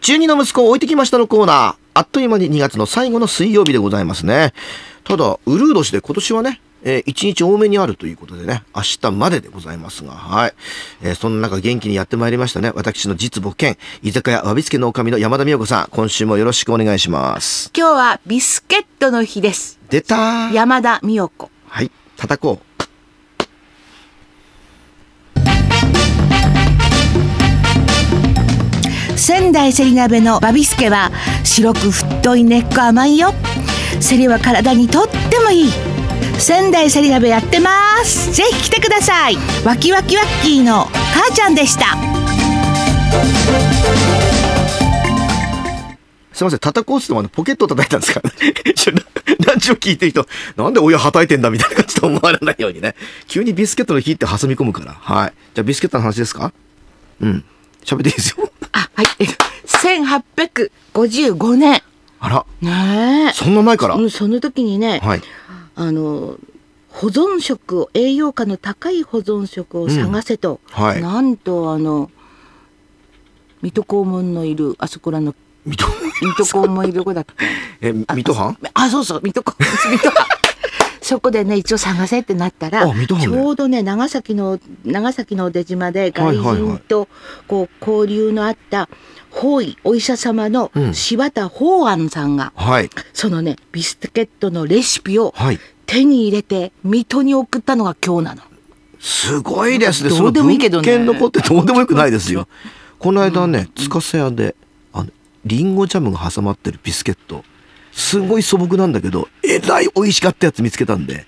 中二の息子を置いてきましたのコーナー。あっという間に2月の最後の水曜日でございますね。ただ、ウルー年で今年はね、え1日多めにあるということでね、明日まででございますが、はい。えーそんな中元気にやってまいりましたね。私の実母兼、居酒屋わびつけのおかみの山田美代子さん、今週もよろしくお願いします。今日はビスケットの日です。出たー。山田美代子。はい、叩こう。仙台セリ鍋のバビスケは白く太い根っこ甘いよ。セリは体にとってもいい。仙台セリ鍋やってます。ぜひ来てください。ワキワキワッキーの母ちゃんでした。すいません、叩こうっつってもあのポケットを叩いたんですからね。 ちょラジオ聞いてる人、なんで親はたいてんだみたいな感じと思われないようにね。急にビスケットの火って挟み込むから。はい。じゃあビスケットの話ですかうん。喋っていいですよ。あ、はい。1855年。あら、ねそんな前から。うん、その時にね、はい。あの保存食を栄養価の高い保存食を探せと、うんはいなんとあの水戸黄門のいるあそこらの水戸、水戸黄門いるとこだっけえ、 水戸藩あそうそう水戸黄門水 戸藩そこでね一応探せってなったら、あ水戸藩ねちょうどね長崎の長崎の出島で外はいはいは人いとこう交流のあった法医お医者様のうん柴田法安さんが、はい。そのねビスケットのレシピをはい。手に入れて水戸に送ったのが今日なの。すごいですね。どうでもいいけどねその物件の子ってどうでもよくないですよ。 この間ね、つかせ屋で、あの、リンゴジャムが挟まってるビスケット。すごい素朴なんだけど、えらい美味しかったやつ見つけたんで、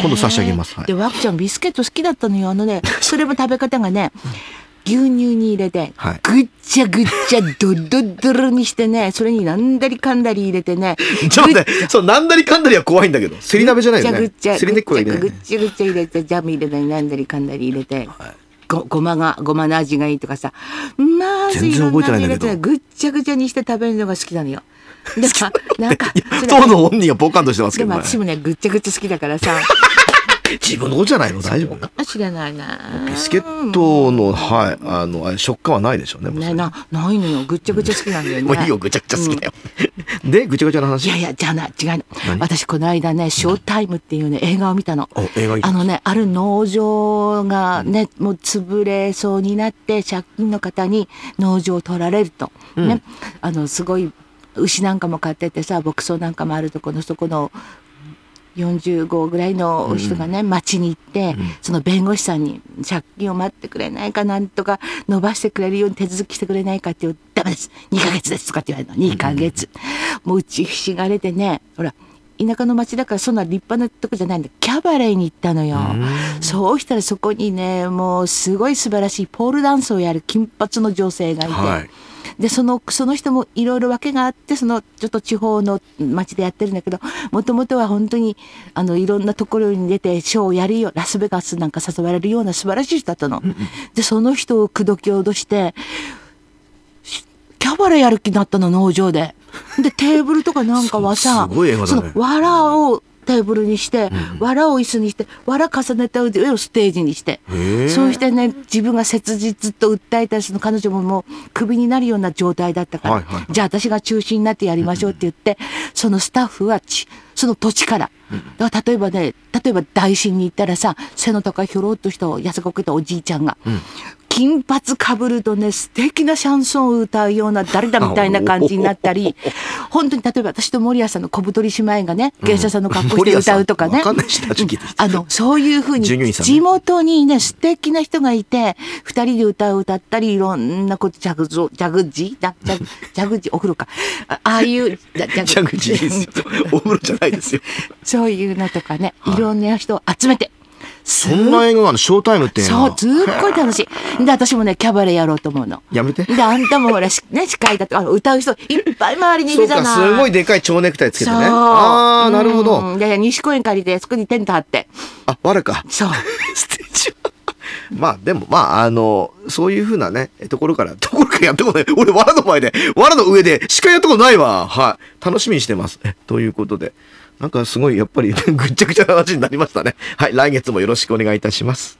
今度差し上げます。はいで、。ワクちゃんビスケット好きだったのよ。あのね、それも食べ方がね、牛乳に入れてはい、ぐっちゃぐっちゃドロドロにしてね、それになんだりかんだり入れてね。ちょっと待って、そう、なんだりかんだりは怖いんだけど、セリ鍋じゃないよぐねっ。ちゃセリぐっ根っこがちいゃないぐっ。ちゃぐっちゃ入れて、ジャム入れたりなんだりかんだり入れて。ごごまがごまの味がいいとかさまず全い然ろん覚えてなないのんだ入けれどてぐっちゃぐちゃにして食べるのが好きなのよ。だからなんかいや当の本人がポカンとしてますけでど、もね、私もねぐっちゃぐちゃ好きだか らさ自分のことじゃないの大丈夫かもしれないなビスケットの、はい、あの、あれ食感はないでしょうね。もうそねれなないのよぐっちゃぐちゃ好きなんだよね もういいよ、ぐちゃぐちゃ好きだよ。で、ぐちゃぐちゃのい話。やいやじゃあな違うの何私この間ね「ショータイム」っていうね映画を見たのお映画いいねあのねある農場がね、もう潰れそうになって借金の方に農場を取られると、ねあのすごい牛なんかも飼っててさ牧草なんかもあるとこのそこの45ぐらいの人がね、町に行って、その弁護士さんに借金を待ってくれないかなんとか伸ばしてくれるように手続きしてくれないかって言うダメです2ヶ月ですとかって言われるの2ヶ月、もううちひしがれてねほら田舎の町だからそんな立派なとこじゃないんだキャバレーに行ったのよ、そうしたらそこにねもうすごい素晴らしいポールダンスをやる金髪の女性がいて、はいでそのその人もいろいろ訳があってそのちょっと地方の町でやってるんだけどもともとは本当にあのいろんなところに出てショーをやるよラスベガスなんか誘われるような素晴らしい人だったの。でその人を口説き脅してしキャバレーやる気になったの農場で。でテーブルとかなんかはすさごい映画だねその藁をテーブルにして、藁を椅子にして藁重ねた上をステージにしてへえそうしてね自分が切実と訴えたりその彼女ももうクビになるような状態だったから、はいはいじゃあ私が中心になってやりましょうって言って、そのスタッフはちその土地から。だから例えばね例えば大神に行ったらさ背の高いひょろっとした痩せこけたおじいちゃんが、金髪かぶるとね素敵なシャンソンを歌うような誰だみたいな感じになったり本当に例えば私と森谷さんの小太り姉妹がね芸者さんの格好して歌うとかね、うん森谷さんわかんない人たち聞いてる人あの、そういうふうに、従業員さんね地元にね、素敵な人がいて、二人で歌を歌ったり、いろんなこと、ジャグゾ、ジャグジだジ ャグ、ジャグジ、お風呂か。あああいう、ジャジャグジーですよ。 お風呂じゃないですよ。 そういうのとかね、いろんな人を集めて。すそんな映画があるショータイムっていうのそはう、ずーっごい楽しい。で、私もね、キャバレーやろうと思うの。やめて。で、あんたもほら、しね、司会だとか、あの歌う人、いっぱい周りにいそるうじゃか、ない。すごいでかい蝶ネクタイつけてね。そうああ、なるほど。うんで、西公園借りて、そこにテント張って。あ、わらか。 そう。ステージは。まあでも、まああの、そういうふうなね、ところから、ところからやったことない。俺、藁の前で、藁の上で、しかやったことないわ。はい。楽しみにしてます。えということ で、なんかすごい、やっぱり、ぐっちゃぐちゃな話になりましたね。はい。来月もよろしくお願いいたします。